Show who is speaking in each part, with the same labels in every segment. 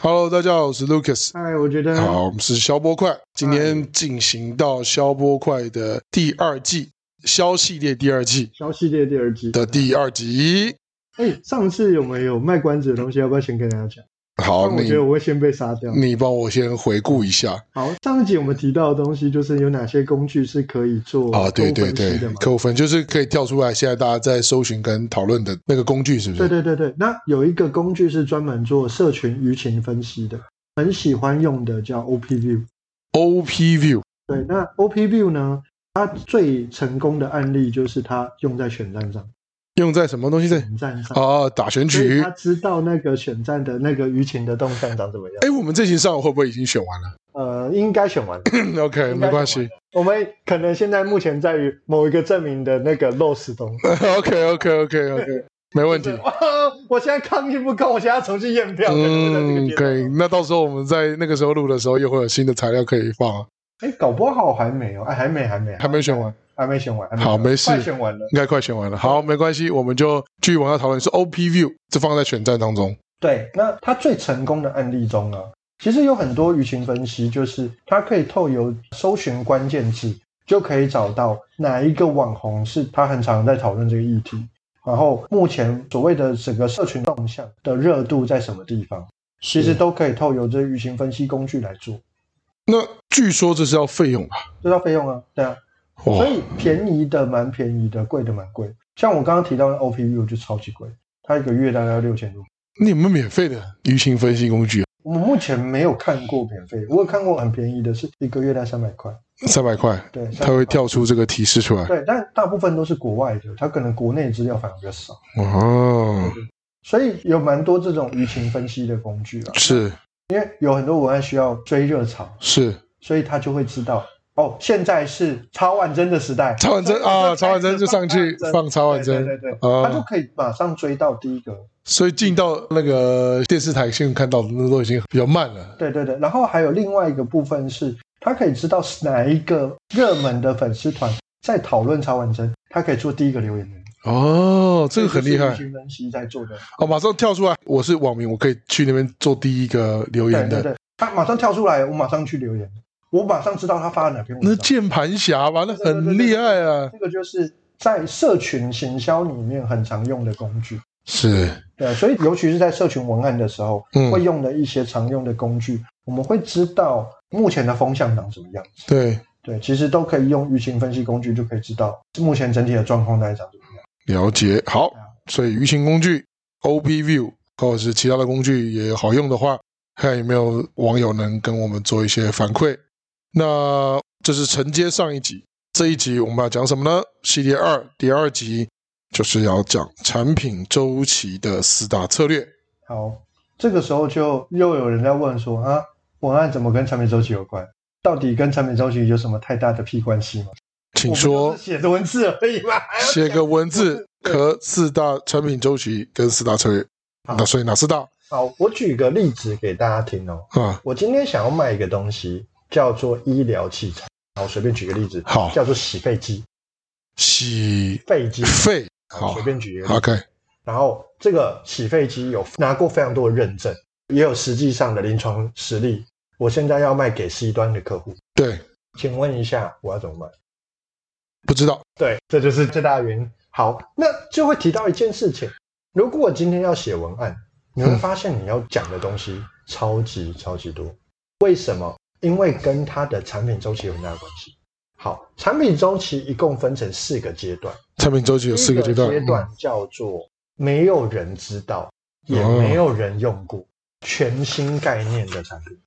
Speaker 1: Hello，大家好，我是 Lucas。
Speaker 2: 哎，我觉得
Speaker 1: 好，我们是消波快，今天进行到消波快的第二季，消系列第二季
Speaker 2: 小系列第二季
Speaker 1: 的第二集。
Speaker 2: 哎，上次有没有卖关子的东西？要不要先跟大家讲？
Speaker 1: 好，
Speaker 2: 但我
Speaker 1: 你
Speaker 2: 觉得我会先被杀掉。
Speaker 1: 你帮我先回顾一下
Speaker 2: 好，上一集我们提到的东西就是有哪些工具是可以做
Speaker 1: 啊，对
Speaker 2: 客
Speaker 1: 对
Speaker 2: 户分
Speaker 1: 对
Speaker 2: 析的嘛，
Speaker 1: 客户分就是可以跳出来，现在大家在搜寻跟讨论的那个工具是不是？
Speaker 2: 对对对对。那有一个工具是专门做社群舆情分析的，很喜欢用的叫 OP View。
Speaker 1: OP View
Speaker 2: 对，那 OP View 呢，它最成功的案例就是它用在选战上，
Speaker 1: 用在什么东西上？
Speaker 2: 选战上，
Speaker 1: 啊，打选
Speaker 2: 所以
Speaker 1: 举
Speaker 2: 他。知道那个选战的那个舆情的动向长怎么样。
Speaker 1: 哎，我们这集上会不会已经选完了
Speaker 2: 呃，应该选完了。
Speaker 1: ？OK，
Speaker 2: 嗯应该
Speaker 1: 没关
Speaker 2: 选
Speaker 1: 系
Speaker 2: 完。我们可能现在目前在于某一个证明的那个漏失东西。
Speaker 1: OK，OK，OK，OK，没问题。
Speaker 2: 哇， 我现在抗议不够，我现在要重新验票。可能会在这个哦
Speaker 1: 嗯，
Speaker 2: 阶段
Speaker 1: 可以。。那到时候我们在那个时候录的时候，又会有新的材料可以放啊，
Speaker 2: 哎，搞不好还没哦，哎，还没，还没，
Speaker 1: 还没选完，
Speaker 2: 还没选完。还
Speaker 1: 好
Speaker 2: 选完
Speaker 1: 没事
Speaker 2: 快选完了。
Speaker 1: 应该快选完了。好，没关系，我们就继续往下讨论。是 OP View，这放在选战当中。
Speaker 2: 对，那他最成功的案例中啊，其实有很多舆情分析，就是它可以透由搜寻关键字，就可以找到哪一个网红是他很常在讨论这个议题，然后目前所谓的整个社群动向的热度在什么地方，其实都可以透由这舆情分析工具来做，
Speaker 1: 那据说这是要费用吧？
Speaker 2: 这叫费用啊，对啊，
Speaker 1: 哇
Speaker 2: 所，以便宜的蛮便宜的，贵的蛮贵，像我刚刚提到的 OPU 就超级贵，它一个月大概要六千多。
Speaker 1: 你有没有免费的舆情分析工具？啊
Speaker 2: 我目前没有看过免费，我有看过很便宜的，是一个月才三百块。
Speaker 1: 三百块，
Speaker 2: 对，300
Speaker 1: 它会跳出这个提示出来。
Speaker 2: 对，但大部分都是国外的，它可能国内资料反而比较少，
Speaker 1: 哦，
Speaker 2: 所以有蛮多这种舆情分析的工具啊。
Speaker 1: 是
Speaker 2: 因为有很多文案需要追热潮，
Speaker 1: 是，
Speaker 2: 所以他就会知道哦，现在是超万帧的时代，
Speaker 1: 曹婉珍啊，曹婉珍就上去放曹婉珍，
Speaker 2: 对对对，
Speaker 1: 啊
Speaker 2: 他就可以马上追到第一个。
Speaker 1: 所以进到那个电视台现在看到的那都已经比较慢了。
Speaker 2: 对对对，然后还有另外一个部分是，他可以知道是哪一个热门的粉丝团在讨论曹婉珍，他可以做第一个留言的人。
Speaker 1: 哦，这个很厉
Speaker 2: 这
Speaker 1: 害
Speaker 2: 是舆情分析在做的，
Speaker 1: 哦！马上跳出来，我是网民，我可以去那边做第一个留
Speaker 2: 对
Speaker 1: 言的。
Speaker 2: 对对，他马上跳出来，我马上去留言，我马上知道他发了哪篇
Speaker 1: 那
Speaker 2: 文章。
Speaker 1: 键盘侠嘛，那很厉害啊！
Speaker 2: 这个就是在社群行销里面很常用的工具，
Speaker 1: 是，
Speaker 2: 对，所以尤其是在社群文案的时候，
Speaker 1: 嗯
Speaker 2: 会用的一些常用的工具，我们会知道目前的风向长什么样子。
Speaker 1: 对，
Speaker 2: 对，其实都可以用舆情分析工具就可以知道目前整体的状况大概长什么样。
Speaker 1: 了解。好
Speaker 2: 对啊，
Speaker 1: 所以舆情工具 OP View 或者是其他的工具也好用的话，看有没有网友能跟我们做一些反馈。那这是承接上一集，这一集我们要讲什么呢？系列二第二集就是要讲产品周期的四大策略。
Speaker 2: 好，这个时候就又有人在问说啊，文案怎么跟产品周期有关？到底跟产品周期有什么太大的屁关系吗？
Speaker 1: 请
Speaker 2: 我
Speaker 1: 说
Speaker 2: 不就是写的文字而已嘛，还要
Speaker 1: 写
Speaker 2: 讲
Speaker 1: 个文字和四大产品周期跟四大策略。
Speaker 2: 好
Speaker 1: 那所以哪四大
Speaker 2: 好，我举个例子给大家听哦。
Speaker 1: 啊？
Speaker 2: 我今天想要卖一个东西，叫做医疗器材。好我随便举个例子，
Speaker 1: 好
Speaker 2: 叫做洗肺机，
Speaker 1: 洗
Speaker 2: 肺机。
Speaker 1: 肺，
Speaker 2: 好
Speaker 1: 好
Speaker 2: 随便举一个例子。
Speaker 1: ，OK，
Speaker 2: 然后这个洗肺机有拿过非常多的认证，也有实际上的临床实例。我现在要卖给 C 端的客户，
Speaker 1: 对，
Speaker 2: 请问一下我要怎么卖？
Speaker 1: 不知道，
Speaker 2: 对，这就是最大的原因。好，那就会提到一件事情：如果我今天要写文案，你会发现你要讲的东西超级超级多。为什么？因为跟它的产品周期有很大的关系。好，产品周期一共分成四个阶段，
Speaker 1: 产品周期有四
Speaker 2: 第
Speaker 1: 个
Speaker 2: 一个
Speaker 1: 阶段，嗯
Speaker 2: 阶段叫做没有人知道，也没有人用过，全新概念的产品。
Speaker 1: 嗯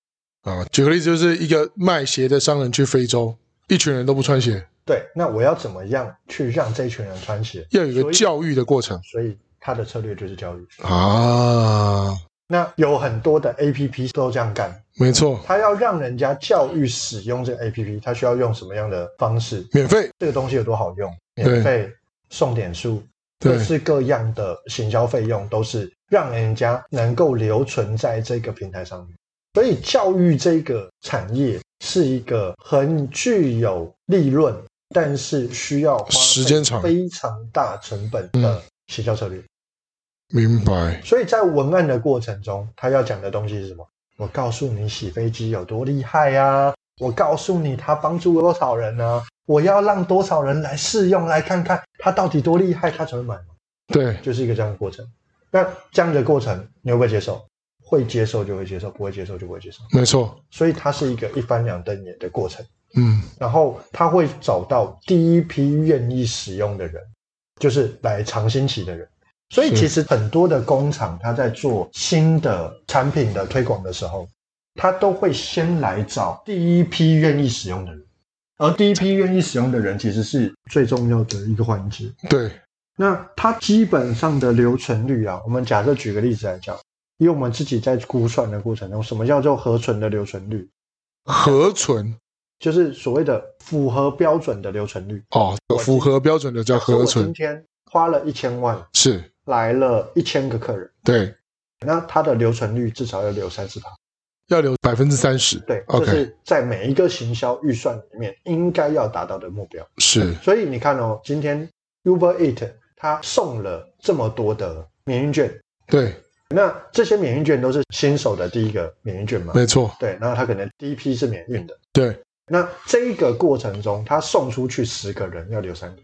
Speaker 1: 啊。举个例子，就是一个卖鞋的商人去非洲，一群人都不穿鞋，
Speaker 2: 对，那我要怎么样去让这一群人穿鞋？
Speaker 1: 要有一
Speaker 2: 所
Speaker 1: 个
Speaker 2: 以
Speaker 1: 教育的过程
Speaker 2: 所以他的策略就是教育。
Speaker 1: 啊。
Speaker 2: 那有很多的 A P P 都这样干，
Speaker 1: 没错，
Speaker 2: 它要让人家教育使用这个 A P P，它需要用什么样的方式？
Speaker 1: 免费，
Speaker 2: 这个东西有多好用？
Speaker 1: 对
Speaker 2: 免费送点数，各
Speaker 1: 对，
Speaker 2: 式各样的行销费用都是让人家能够留存在这个平台上面。所以教育这个产业是一个很具有利润，但是需要花费
Speaker 1: 时间长
Speaker 2: 非常大成本的行销策略。
Speaker 1: 明白，
Speaker 2: 所以在文案的过程中，他要讲的东西是什么？我告诉你洗飞机有多厉害呀、啊，我告诉你它帮助多少人呢、我要让多少人来试用，来看看它到底多厉害，他才会买嘛，
Speaker 1: 对，
Speaker 2: 就是一个这样的过程。那这样的过程，你会不会接受？会接受就会接受，不会接受就不会接受。
Speaker 1: 没错，
Speaker 2: 所以它是一个一翻两瞪眼的过程。
Speaker 1: 嗯，
Speaker 2: 然后他会找到第一批愿意使用的人，就是来尝新奇的人。所以
Speaker 1: 是
Speaker 2: 其实很多的工厂，它在做新的产品的推广的时候，它都会先来找第一批愿意使用的人，而第一批愿意使用的人其实是最重要的一个环节。
Speaker 1: 对，
Speaker 2: 那它基本上的留存率啊，我们假设举个例子来讲，以我们自己在估算的过程中，什么叫做合存的留存率？
Speaker 1: 合存
Speaker 2: 就是所谓的符合标准的留存率。
Speaker 1: 哦，符合标准的叫合
Speaker 2: 所以我
Speaker 1: 存
Speaker 2: 今，天花了一千万，
Speaker 1: 是
Speaker 2: 来了一千个客人，
Speaker 1: 对，
Speaker 2: 那它的留存率至少要留三十趴。
Speaker 1: 要留百分之三十，
Speaker 2: 对，这
Speaker 1: ，OK，
Speaker 2: 是在每一个行销预算里面应该要达到的目标。
Speaker 1: 是
Speaker 2: 所以你看哦，今天 Uber Eat 它送了这么多的免运券，
Speaker 1: 对，
Speaker 2: 那这些免运券都是新手的第一个免运券嘛？
Speaker 1: 没错，
Speaker 2: 对，那它可能第一批是免运的。
Speaker 1: 对，
Speaker 2: 那这一个过程中，它送出去十个人要留三个，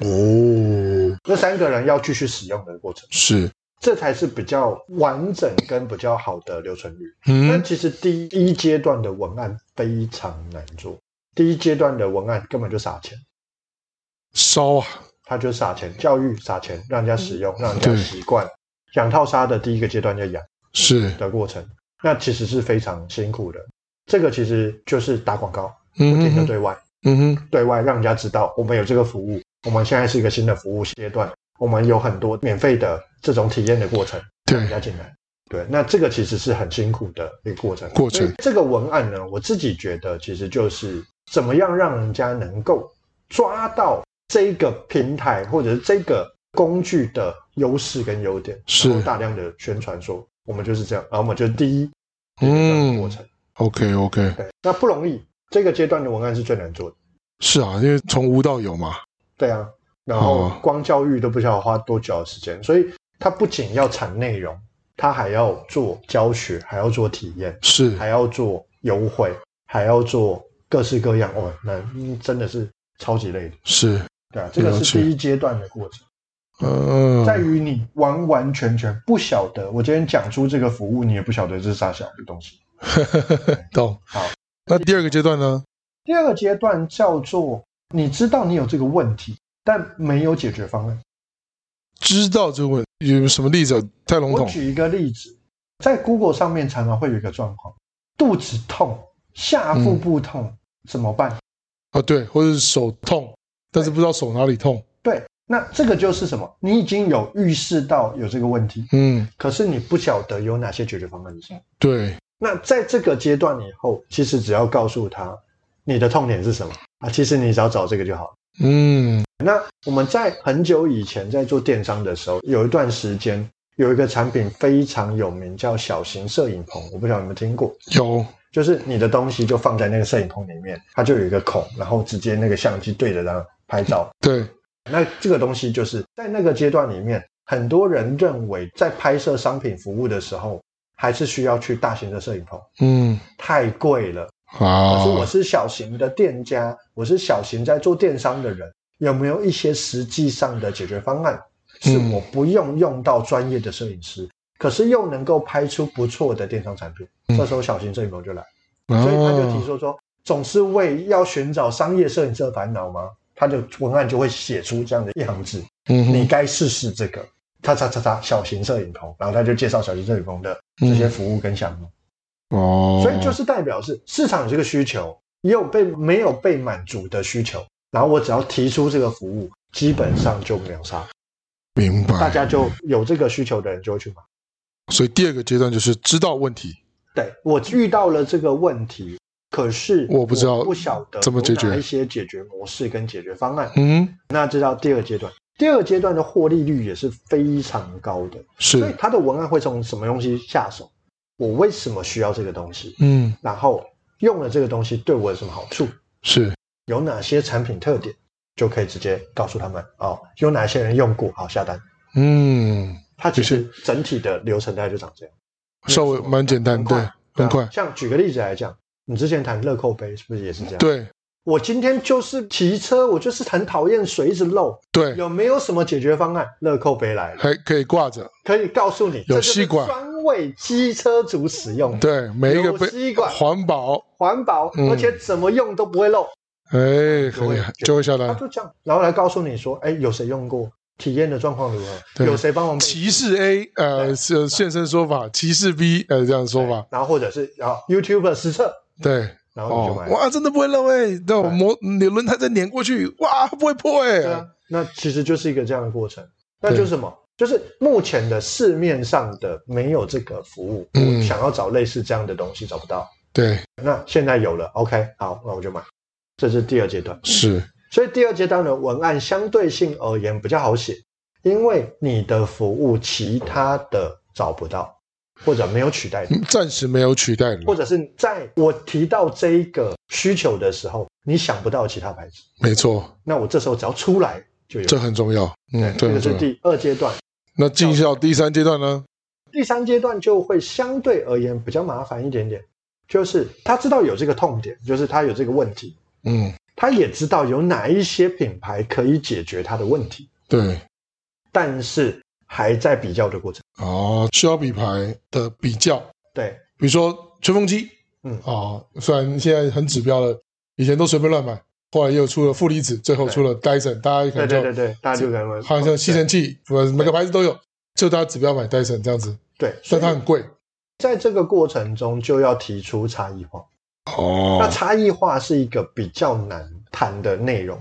Speaker 1: 哦，
Speaker 2: 那三个人要继续使用的过程，
Speaker 1: 是，
Speaker 2: 这才是比较完整跟比较好的留存率。但
Speaker 1: 嗯，
Speaker 2: 其实第一阶段的文案非常难做，第一阶段的文案根本就撒钱，
Speaker 1: 烧啊，
Speaker 2: 他就撒钱，教育撒钱，让人家使用，让人家
Speaker 1: 嗯对
Speaker 2: 习惯。养套杀的第一个阶段叫养
Speaker 1: 是，
Speaker 2: 的过程，那其实是非常辛苦的。这个其实就是打广告，不
Speaker 1: 嗯
Speaker 2: 停的
Speaker 1: 哼，
Speaker 2: 对外，
Speaker 1: 嗯哼，
Speaker 2: 对外让人家知道我们有这个服务，我们现在是一个新的服务阶段，我们有很多免费的这种体验的过程。人
Speaker 1: 对，
Speaker 2: 家进来。对，那这个其实是很辛苦的一个过程。
Speaker 1: 过程
Speaker 2: 所以这个文案呢，我自己觉得其实就是怎么样让人家能够抓到这个平台或者是这个工具的优势跟优点，
Speaker 1: 是
Speaker 2: 然后大量的宣传说我们就是这样，然后我们就是第一，这个过
Speaker 1: 嗯
Speaker 2: 程。
Speaker 1: ，OK，OK，
Speaker 2: 对，那不容易，这个阶段的文案是最难做的。
Speaker 1: 是啊，因为从无到有嘛，
Speaker 2: 对啊，然后
Speaker 1: 哦
Speaker 2: 光教育都不知道花多久的时间，所以它不仅要产内容，它还要做教学，还要做体验。
Speaker 1: 是，
Speaker 2: 还要做优惠，还要做各式各样哦，那嗯真的是超级累的。
Speaker 1: 是，
Speaker 2: 对啊，这个
Speaker 1: 了
Speaker 2: 是
Speaker 1: 解
Speaker 2: 第一阶段的过程，
Speaker 1: 嗯，
Speaker 2: 在于你完完全全不晓得。我今天讲出这个服务，你也不晓得这是啥小的东西。
Speaker 1: 懂。
Speaker 2: 好，
Speaker 1: 那第二个阶段呢？
Speaker 2: 第二个阶段叫做你知道你有这个问题，但没有解决方案。
Speaker 1: 知道这个问有什么例子？太笼
Speaker 2: 我
Speaker 1: 统。
Speaker 2: 举一个例子，在 Google 上面常常会有一个状况：肚子痛、下腹部痛、怎么办？
Speaker 1: 啊，对，或者是手痛，但是不知道手哪里痛。
Speaker 2: 对，那这个就是什么？你已经有预示到有这个问题，
Speaker 1: 嗯，
Speaker 2: 可是你不晓得有哪些解决方案。
Speaker 1: 对，
Speaker 2: 那在这个阶段以后，其实只要告诉他你的痛点是什么啊，其实你只要找这个就好了。
Speaker 1: 嗯，
Speaker 2: 那我们在很久以前在做电商的时候，有一段时间有一个产品非常有名，叫小型摄影棚，我不晓得你们听过。
Speaker 1: 有，
Speaker 2: 就是你的东西就放在那个摄影棚里面，它就有一个孔，然后直接那个相机对着它拍照。
Speaker 1: 对，
Speaker 2: 那这个东西就是在那个阶段里面，很多人认为在拍摄商品服务的时候，还是需要去大型的摄影棚，
Speaker 1: 嗯，
Speaker 2: 太贵了。可是我
Speaker 1: 啊，
Speaker 2: 是小型的店家，我是小型在做电商的人，有没有一些实际上的解决方案，是
Speaker 1: 嗯
Speaker 2: 我不用用到专业的摄影师，可是又能够拍出不错的电商产品？
Speaker 1: 嗯
Speaker 2: 这时候小型摄影棚就来了。所以他就提
Speaker 1: 啊，
Speaker 2: 出说，总是为要寻找商业摄影师的烦恼吗？他的文案就会写出这样的一行字：
Speaker 1: 嗯
Speaker 2: 你
Speaker 1: 哼，
Speaker 2: 该试试这个，叉叉叉叉小型摄影棚。然后他就介绍小型摄影棚的这些服务跟项目。
Speaker 1: 嗯哦，
Speaker 2: 所以就是代表是市场有这个需求，也有被没有被满足的需求。然后我只要提出这个服务，基本上就秒杀，
Speaker 1: 明
Speaker 2: 大
Speaker 1: 白。
Speaker 2: 家就有这个需求的人就会去买。
Speaker 1: 所以第二个阶段就是知道问题，
Speaker 2: 对我遇到了这个问题，可是
Speaker 1: 我不知道
Speaker 2: 不晓得
Speaker 1: 怎么解决
Speaker 2: 有哪一些解决模式跟解决方案。
Speaker 1: 嗯，
Speaker 2: 那这叫第二阶段。第二阶段的获利率也是非常高的，所以
Speaker 1: 是，
Speaker 2: 它的文案会从什么东西下手？我为什么需要这个东西？
Speaker 1: 嗯，
Speaker 2: 然后用了这个东西对我有什么好处？
Speaker 1: 是，
Speaker 2: 有哪些产品特点？就可以直接告诉他们哦，有哪些人用过，好下单。
Speaker 1: 嗯，
Speaker 2: 它其实整体的流程大概就长这样，
Speaker 1: 稍微蛮简单，
Speaker 2: 很
Speaker 1: 对
Speaker 2: 快，
Speaker 1: 很快
Speaker 2: 对啊像举个例子来讲，你之前谈乐扣杯是不是也是这样？，
Speaker 1: 对
Speaker 2: 我今天就是骑车，我就是很讨厌水一直漏，
Speaker 1: 对，
Speaker 2: 有没有什么解决方案？乐扣杯来了，
Speaker 1: 还可以挂着，
Speaker 2: 可以告诉你，
Speaker 1: 有
Speaker 2: 这就是
Speaker 1: 吸管
Speaker 2: 专为机车族使用，的，
Speaker 1: 对，每一个
Speaker 2: 有
Speaker 1: 被
Speaker 2: 吸管
Speaker 1: 环保，
Speaker 2: 环保，
Speaker 1: 嗯
Speaker 2: 而且怎么用都不会漏。
Speaker 1: 哎，
Speaker 2: 就
Speaker 1: 很
Speaker 2: 会
Speaker 1: 厉害，
Speaker 2: 就
Speaker 1: 就会下
Speaker 2: 嗯他
Speaker 1: 来。
Speaker 2: 就这样，然后来告诉你说，哎，有谁用过？体验的状况如何？
Speaker 1: 对
Speaker 2: 有谁帮我们？
Speaker 1: 歧视 A，呃，
Speaker 2: 对
Speaker 1: 是现身说法；歧视 B，呃，这样说法。
Speaker 2: 然后或者是啊，YouTuber 实测，
Speaker 1: 对，
Speaker 2: 然后你就
Speaker 1: 哦
Speaker 2: 买，了。
Speaker 1: 哇，真的不会漏哎，那我
Speaker 2: 对
Speaker 1: 磨你轮胎再碾过去，哇，不会破
Speaker 2: 对
Speaker 1: 哎
Speaker 2: 啊。，那其实就是一个这样的过程。那
Speaker 1: 对
Speaker 2: 就是什么？就是目前的市面上的没有这个服务，
Speaker 1: 嗯
Speaker 2: 我想要找类似这样的东西找不到。
Speaker 1: 对，
Speaker 2: 那现在有了，OK，好，那我就买。这是第二阶段。
Speaker 1: 是，
Speaker 2: 所以第二阶段的文案相对性而言比较好写，因为你的服务其他的找不到，或者没有取代的。
Speaker 1: 嗯暂时没有取代的，
Speaker 2: 或者是在我提到这一个需求的时候，你想不到其他牌子，
Speaker 1: 没错，
Speaker 2: 那我这时候只要出来就有。
Speaker 1: 这很重要。嗯，这
Speaker 2: 哎这
Speaker 1: 很
Speaker 2: 个是
Speaker 1: 重要。
Speaker 2: 第二阶段，
Speaker 1: 那进效第三阶段呢？
Speaker 2: 第三阶段就会相对而言比较麻烦一点点，就是他知道有这个痛点，就是他有这个问题，
Speaker 1: 嗯，
Speaker 2: 他也知道有哪一些品牌可以解决他的问题，
Speaker 1: 对，
Speaker 2: 但是还在比较的过程。
Speaker 1: 哦，需要品牌的比较，
Speaker 2: 对，
Speaker 1: 比如说吹风机，
Speaker 2: 嗯
Speaker 1: 哦，虽然现在很指标了，以前都随便乱买，后来又出了负离子，最后出了 Dyson，大家可
Speaker 2: 对
Speaker 1: 能
Speaker 2: 对
Speaker 1: 就
Speaker 2: 对对，大家就可能
Speaker 1: 好像吸尘器，不每个牌子都有，就大家指标买 Dyson 这样子，
Speaker 2: 对，
Speaker 1: 但
Speaker 2: 所以
Speaker 1: 它很贵。
Speaker 2: 在这个过程中就要提出差异化。那
Speaker 1: 哦，
Speaker 2: 差异化是一个比较难谈的内容，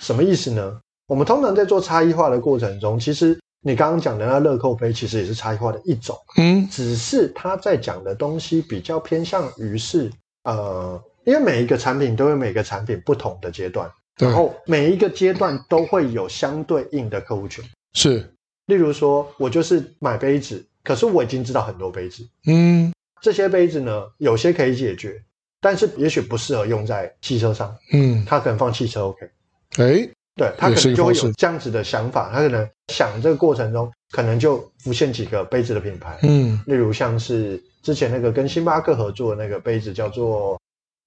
Speaker 2: 什么意思呢？我们通常在做差异化的过程中，其实你刚刚讲的那乐扣杯其实也是差异化的一种，
Speaker 1: 嗯，
Speaker 2: 只是它在讲的东西比较偏向于是呃，因为每一个产品都有每个产品不同的阶段，
Speaker 1: 对
Speaker 2: 然，后每一个阶段都会有相对应的客户群。
Speaker 1: 是，
Speaker 2: 例如说，我就是买杯子，可是我已经知道很多杯子，
Speaker 1: 嗯
Speaker 2: 这些杯子呢，有些可以解决，但是也许不适合用在汽车上。
Speaker 1: 嗯，
Speaker 2: 他可能放汽车 OK，
Speaker 1: 哎，
Speaker 2: 对他
Speaker 1: 也
Speaker 2: 可
Speaker 1: 是一个
Speaker 2: 能就会
Speaker 1: 方
Speaker 2: 有
Speaker 1: 式
Speaker 2: 这样子的想法，他可能想这个过程中，可能就浮现几个杯子的品牌，
Speaker 1: 嗯，
Speaker 2: 例如像是之前那个跟星巴克合作的那个杯子叫做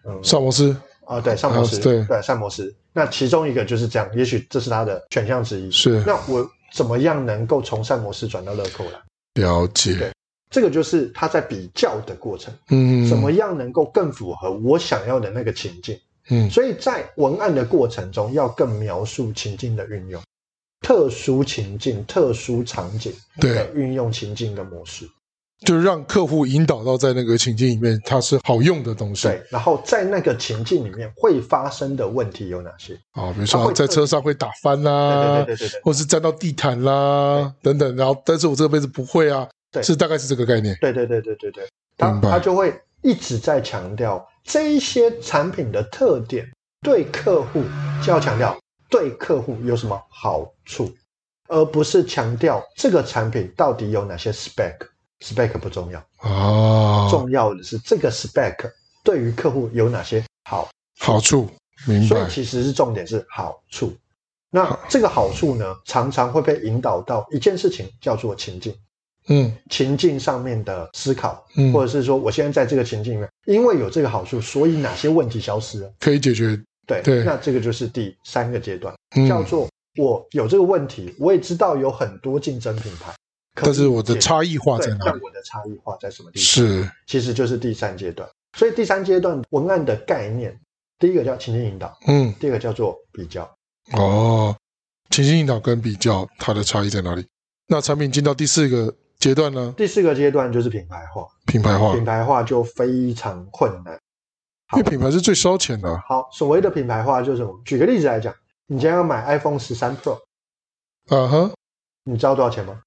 Speaker 2: 嗯
Speaker 1: 萨摩斯
Speaker 2: 啊对萨摩斯、
Speaker 1: 啊对
Speaker 2: 对萨摩斯，那其中一个就是这样，也许这是他的选项之一。
Speaker 1: 是
Speaker 2: 那我怎么样能够从萨摩斯转到乐扣来？
Speaker 1: 了解
Speaker 2: 对，这个就是他在比较的过程，
Speaker 1: 嗯，
Speaker 2: 怎么样能够更符合我想要的那个情境？
Speaker 1: 嗯，
Speaker 2: 所以在文案的过程中，要更描述情境的运用，特殊情境、特殊场景
Speaker 1: 对
Speaker 2: 的，运用情境的模式。
Speaker 1: 就是让客户引导到在那个情境里面，它是好用的东西。
Speaker 2: 对，然后在那个情境里面会发生的问题有哪些？
Speaker 1: 啊，比如
Speaker 2: 它
Speaker 1: 说
Speaker 2: 会
Speaker 1: 在车上会打翻啦，
Speaker 2: 对对对对对对
Speaker 1: 或是沾到地毯啦等等，然后但是我这个杯子不会啊，
Speaker 2: 对
Speaker 1: 是大概是这个概念。
Speaker 2: 对对对对对对，他
Speaker 1: 明白
Speaker 2: 他就会一直在强调这一些产品的特点，对客户就要强调对客户有什么好处，而不是强调这个产品到底有哪些 spec。spec 不重要。
Speaker 1: 啊，
Speaker 2: 重要的是这个 spec 对于客户有哪些好，
Speaker 1: 好处明
Speaker 2: 所以
Speaker 1: 白，
Speaker 2: 其实是重点是好处。那这个好处呢，常常会被引导到一件事情叫做情境，
Speaker 1: 嗯
Speaker 2: 情境上面的思考，
Speaker 1: 嗯
Speaker 2: 或，者是说我现在在这个情境里面，因为有这个好处，所以哪些问题消失了？
Speaker 1: 可以解决，
Speaker 2: 对，
Speaker 1: 对
Speaker 2: 那这个就是第三个阶段，叫
Speaker 1: 嗯，
Speaker 2: 做我有这个问题，我也知道有很多竞争品牌，可
Speaker 1: 但是我的差异化在
Speaker 2: 对，
Speaker 1: 哪
Speaker 2: 但
Speaker 1: 里？
Speaker 2: 我的差异化在什么地方？
Speaker 1: 是，
Speaker 2: 其实就是第三阶段。所以第三阶段文案的概念，第一个叫情境引导，
Speaker 1: 嗯，
Speaker 2: 第二个叫做比较。
Speaker 1: 哦，情境引导跟比较它的差异在哪里？那产品进到第四个阶段呢，
Speaker 2: 第四个阶段就是品牌化，
Speaker 1: 品牌化，
Speaker 2: 品牌化就非常困难。
Speaker 1: 因为品牌是最烧钱的啊，
Speaker 2: 好，所谓的品牌化就是什么？举个例子来讲，你今天要买 iPhone 十三 Pro，
Speaker 1: 啊哈，
Speaker 2: 你知道多少钱吗？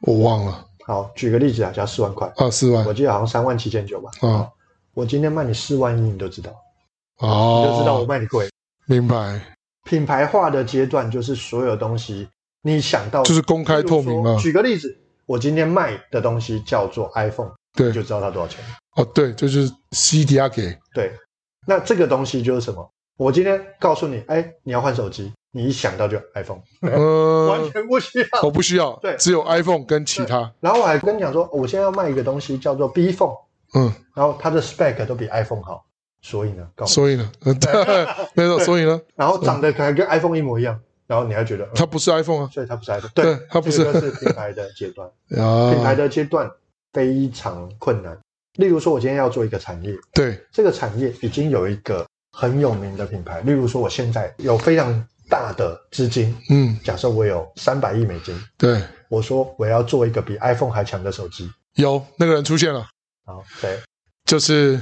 Speaker 1: 我忘了
Speaker 2: 好，举个例子来讲，四万块，
Speaker 1: 啊，四万
Speaker 2: 我记得好像三万七千九吧。
Speaker 1: 啊，
Speaker 2: 我今天卖你四万一，你都知道，你
Speaker 1: 哦，
Speaker 2: 就知道我卖你贵。
Speaker 1: 明白，
Speaker 2: 品牌化的阶段就是所有东西你想到
Speaker 1: 就是公开透明
Speaker 2: 比如
Speaker 1: 了
Speaker 2: 哦说。举个例子，我今天卖的东西叫做 iPhone，
Speaker 1: 对
Speaker 2: 你就知道它多少钱。
Speaker 1: 哦，对，就是 CDR 给，
Speaker 2: 对，那这个东西就是什么？我今天告诉你，哎，你要换手机，你一想到就 iPhone，、完
Speaker 1: 呃，
Speaker 2: 全不需要。
Speaker 1: 我不需要，
Speaker 2: 对
Speaker 1: 只有 iPhone 跟其他，
Speaker 2: 然后我还跟你讲说，我现在要卖一个东西叫做 B Phone，
Speaker 1: 嗯，
Speaker 2: 然后它的 spec 都比 iPhone 好，所以呢，告诉
Speaker 1: 所以 呢，呃对没错，所以呢，
Speaker 2: 然后长得可能跟 iPhone 一模一样，然后你还觉得，嗯
Speaker 1: 它不是 iPhone 啊，
Speaker 2: 所以它不是 iPhone，
Speaker 1: 对它不是
Speaker 2: 这个就是品牌的阶 段，品牌
Speaker 1: 啊，
Speaker 2: 的阶段非常困难。例如说，我今天要做一个产业，
Speaker 1: 对，
Speaker 2: 这个产业已经有一个很有名的品牌，例如说，我现在有非常大的资金，
Speaker 1: 嗯，
Speaker 2: 假设我有三百亿美金，
Speaker 1: 对，
Speaker 2: 我说我要做一个比 iPhone 还强的手机，
Speaker 1: 有那个人出现了，
Speaker 2: 好，对，
Speaker 1: 就是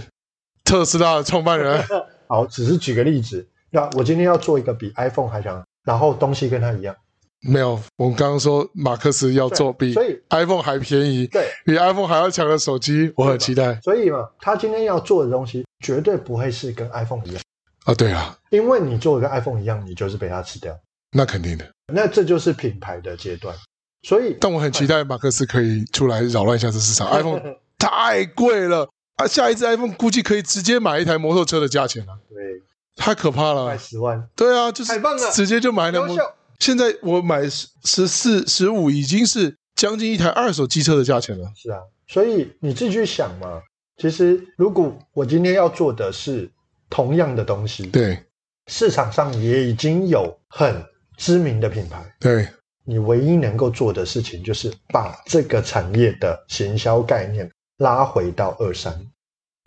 Speaker 1: 特斯拉的创办 人，
Speaker 2: 好，只是举个例子，那我今天要做一个比 iPhone 还强，然后东西跟它一样，
Speaker 1: 没有，我们刚刚说马克思要
Speaker 2: 对
Speaker 1: 做比
Speaker 2: 所以
Speaker 1: iPhone 还便宜，
Speaker 2: 对，
Speaker 1: 比 iPhone 还要强的手机，我很期待
Speaker 2: 所以嘛，他今天要做的东西绝对不会是跟 iPhone 一样，
Speaker 1: 啊。对啊，
Speaker 2: 因为你做的跟 iPhone 一样，你就是被它吃掉。
Speaker 1: 那肯定的，
Speaker 2: 那这就是品牌的阶段，所以
Speaker 1: 但我很期待马克思可以出来扰乱一下这市 场。iPhone 太贵了啊，下一次 iPhone 估计可以直接买一台摩托车的价钱了、啊，
Speaker 2: 对
Speaker 1: 太可怕
Speaker 2: 卖
Speaker 1: 了。
Speaker 2: 十万，
Speaker 1: 对啊，就是
Speaker 2: 太棒了
Speaker 1: 直接就买了
Speaker 2: 优
Speaker 1: 摩
Speaker 2: 秀。
Speaker 1: 现在我买十十四、十五已经是将近一台二手机车的价钱了。
Speaker 2: 是啊，所以你自己去想嘛。其实如果我今天要做的是同样的东西，
Speaker 1: 对
Speaker 2: 市场上也已经有很知名的品牌，
Speaker 1: 对，
Speaker 2: 你唯一能够做的事情就是把这个产业的行销概念拉回到二三。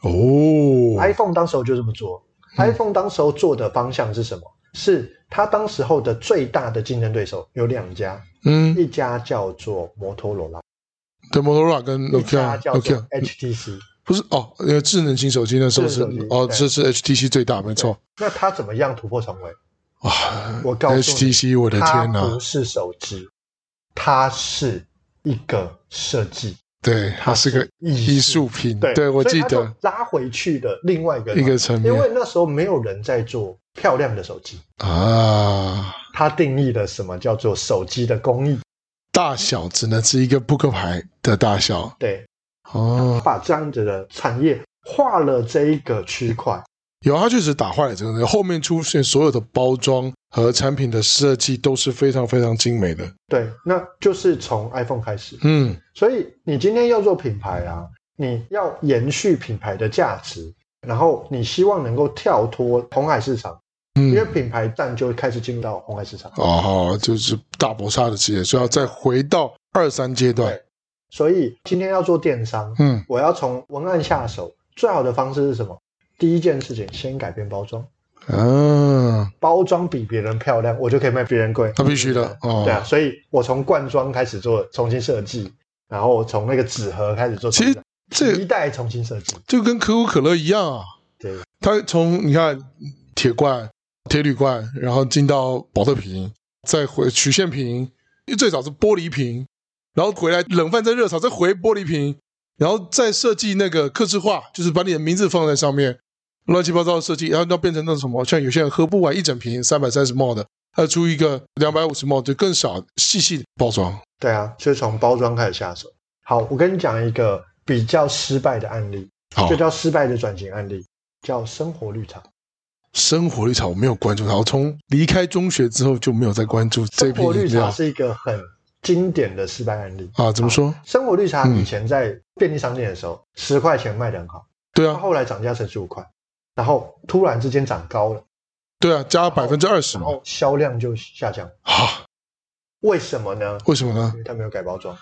Speaker 1: 哦，
Speaker 2: iPhone 当时候就这么
Speaker 1: 嗯
Speaker 2: 做。iPhone 当时候做的方向是什么？是它当时候的最大的竞争对手有两家，
Speaker 1: 嗯，
Speaker 2: 一家叫做摩托罗拉，
Speaker 1: 对，Motorola 跟
Speaker 2: 一家叫做
Speaker 1: Nokia，Nokia
Speaker 2: HTC。
Speaker 1: 不是哦，因为智能型手机那时候是
Speaker 2: 智能手机
Speaker 1: 哦，
Speaker 2: 对
Speaker 1: 这是 HTC 最大，没错。啊
Speaker 2: 那它怎么样突破重围？
Speaker 1: 哇，
Speaker 2: 我告诉你
Speaker 1: HTC，我的
Speaker 2: 它
Speaker 1: 天哪
Speaker 2: 不！是手机，它是一个设计，
Speaker 1: 对，它是个艺
Speaker 2: 艺
Speaker 1: 术。品，
Speaker 2: 对，
Speaker 1: 我
Speaker 2: 所以
Speaker 1: 记
Speaker 2: 它
Speaker 1: 得
Speaker 2: 就拉回去的另外一个
Speaker 1: 一个层
Speaker 2: 因为
Speaker 1: 面
Speaker 2: 那时候没有人在做漂亮的手机，
Speaker 1: 啊，
Speaker 2: 它定义了什么叫做手机的工艺。
Speaker 1: 大小只能是一个扑克牌的大小
Speaker 2: 对，
Speaker 1: 哦。
Speaker 2: 把这样子的产业划了这一个区块。
Speaker 1: 有，它确实打坏了这个东西。后面出现所有的包装和产品的设计都是非常非常精美的。
Speaker 2: 对，那就是从 iPhone 开始。
Speaker 1: 嗯，
Speaker 2: 所以你今天要做品牌啊，你要延续品牌的价值，然后你希望能够跳脱红海市场，
Speaker 1: 嗯
Speaker 2: 因为品牌战就开始进入到红海市场。
Speaker 1: 哦，好就是大搏杀的职业，所以要再回到二三阶段
Speaker 2: 对。所以今天要做电商，
Speaker 1: 嗯，
Speaker 2: 我要从文案下手，最好的方式是什么？第一件事情，先改变包装。
Speaker 1: 啊，
Speaker 2: 包装比别人漂亮，我就可以卖别人贵。
Speaker 1: 那必须的哦
Speaker 2: 对啊，所以我从罐装开始做重新设计，然后从那个纸盒开始做重
Speaker 1: 其
Speaker 2: 新
Speaker 1: 实
Speaker 2: 设计，
Speaker 1: 这
Speaker 2: 一代重新设计。
Speaker 1: 就跟可口可乐一样啊，
Speaker 2: 对，
Speaker 1: 它从你看铁罐、铁铝罐，然后进到保特瓶，再回曲线瓶，因为最早是玻璃瓶，然后回来冷饭再热炒，再回玻璃瓶，然后再设计那个刻字化，就是把你的名字放在上面，乱七八糟的设计，然后要变成那种什么，像有些人喝不完一整瓶三百三十 ml 的，他出一个两百五十 ml 就更少细细的包装。
Speaker 2: 对啊，所以从包装开始下手。好，我跟你讲一个比较失败的案例，
Speaker 1: 好
Speaker 2: 这，叫失败的转型案例，叫生活绿茶。
Speaker 1: 生活绿茶我没有关注它，我从离开中学之后就没有再关注这
Speaker 2: 生
Speaker 1: 瓶
Speaker 2: 活绿
Speaker 1: 饮
Speaker 2: 茶
Speaker 1: 料
Speaker 2: 是一个很经典的失败案例。
Speaker 1: 啊。怎么说？
Speaker 2: 生活绿茶
Speaker 1: 嗯
Speaker 2: 以前在便利商店的时候，十、块钱卖得很好，
Speaker 1: 对
Speaker 2: 它
Speaker 1: 啊，
Speaker 2: 后来涨价成十五块，然后突然之间涨高了，
Speaker 1: 对啊，加百分之二十
Speaker 2: 然
Speaker 1: 嘛。
Speaker 2: 后销量就下降。
Speaker 1: 啊，
Speaker 2: 为什么呢？
Speaker 1: 为什么呢
Speaker 2: 因？为它没有改包装，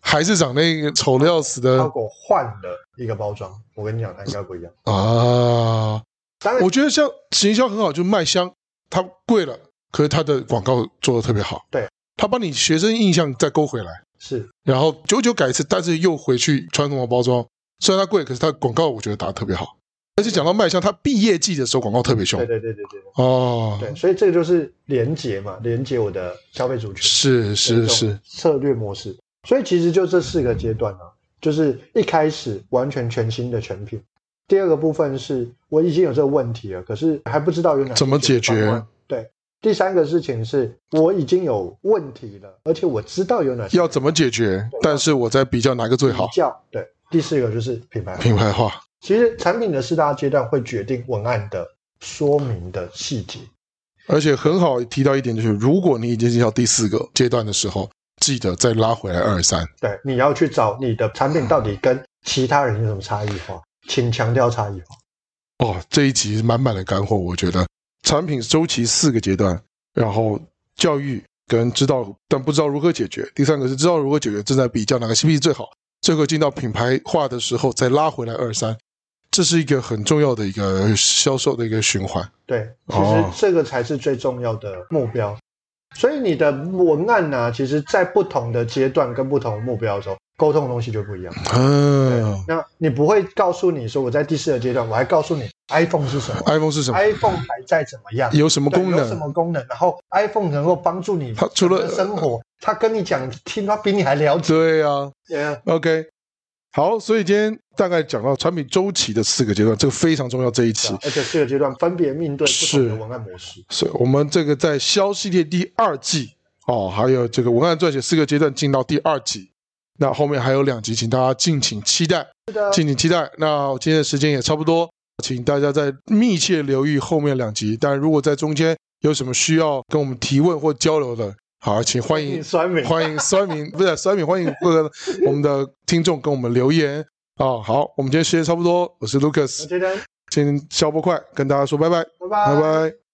Speaker 1: 还是长那个丑的要死
Speaker 2: 包
Speaker 1: 的
Speaker 2: 裹换了一个包装。我跟你讲，它应该不一样。哦
Speaker 1: 啊！
Speaker 2: 当然
Speaker 1: 我，觉得像行销很好，就卖香，它贵了，可是它的广告做的特别好，
Speaker 2: 对，
Speaker 1: 它把你学生印象再勾回来，
Speaker 2: 是
Speaker 1: 然后久久改一次，但是又回去传统的包装，虽然它贵，可是它的广告我觉得打的特别好，而且讲到卖香，它毕业季的时候广告特别凶
Speaker 2: 对对对对对对
Speaker 1: 哦，
Speaker 2: 对，所以这个就是连接嘛，连接我的消费族群，
Speaker 1: 是是
Speaker 2: 这种
Speaker 1: 是，
Speaker 2: 策略模式。所以其实就这四个阶段啊，就是一开始完全全新的全品，第二个部分是我已经有这个问题了，可是还不知道有哪些
Speaker 1: 怎么解
Speaker 2: 解决方
Speaker 1: 决
Speaker 2: 案？对，第三个事情是我已经有问题了，而且我知道有哪些
Speaker 1: 要怎么解决？但是我在比较哪个最好
Speaker 2: 比，较对。第四个就是品牌化，
Speaker 1: 品牌化
Speaker 2: 其实产品的四大阶段会决定文案的说明的细节。
Speaker 1: 而且很好提到一点，就是如果你已经进到第四个阶段的时候，记得再拉回来二三。
Speaker 2: 对，你要去找你的产品到底跟其他人有什么差异化。请强调差异化。
Speaker 1: 哦，这一集满满的干货，我觉得产品周期四个阶段，然后教育跟知道但不知道如何解决，第三个是知道如何解决，正在比较哪个 CP 最好，最后进到品牌化的时候再拉回来二三，这是一个很重要的一个销售的一个循环。
Speaker 2: 对，其实
Speaker 1: 哦
Speaker 2: 这个才是最重要的目标。所以你的文案呢、其实在不同的阶段跟不同的目标的时候，沟通的东西就不一样。
Speaker 1: 嗯
Speaker 2: 那你不会告诉你说我在第四个阶段，我还告诉你 iPhone 是什么
Speaker 1: ，iPhone 是什么？
Speaker 2: ，iPhone 还在怎么样，
Speaker 1: 有什么
Speaker 2: 对
Speaker 1: 功
Speaker 2: 有什
Speaker 1: 能？
Speaker 2: 么功能，然后 iPhone 能够帮助你
Speaker 1: 它除了
Speaker 2: 的生活，他跟你讲，听他比你还了解。
Speaker 1: 对啊
Speaker 2: 呃
Speaker 1: ，OK，好，所以今天大概讲到产品周期的四个阶段，这个非常重要这一期。
Speaker 2: 啊而且四个阶段分别面对不同
Speaker 1: 是
Speaker 2: 的文案模式。
Speaker 1: 所以我们这个在销系列第二季哦，还有这个文案撰写四个阶段进到第二集，那后面还有两集，请大家敬请期待，
Speaker 2: 是的，
Speaker 1: 敬请期待。那今天的时间也差不多，请大家再密切留意后面两集。但如果在中间有什么需要跟我们提问或交流的，好，请欢迎
Speaker 2: 酸美，
Speaker 1: 欢迎酸民，不是酸民，欢迎各个我们的听众跟我们留言啊、好，我们今天时间差不多，我是
Speaker 2: 我
Speaker 1: Lucas，
Speaker 2: 觉得，
Speaker 1: 今天消波快跟大家说拜拜，
Speaker 2: 拜
Speaker 1: 拜拜。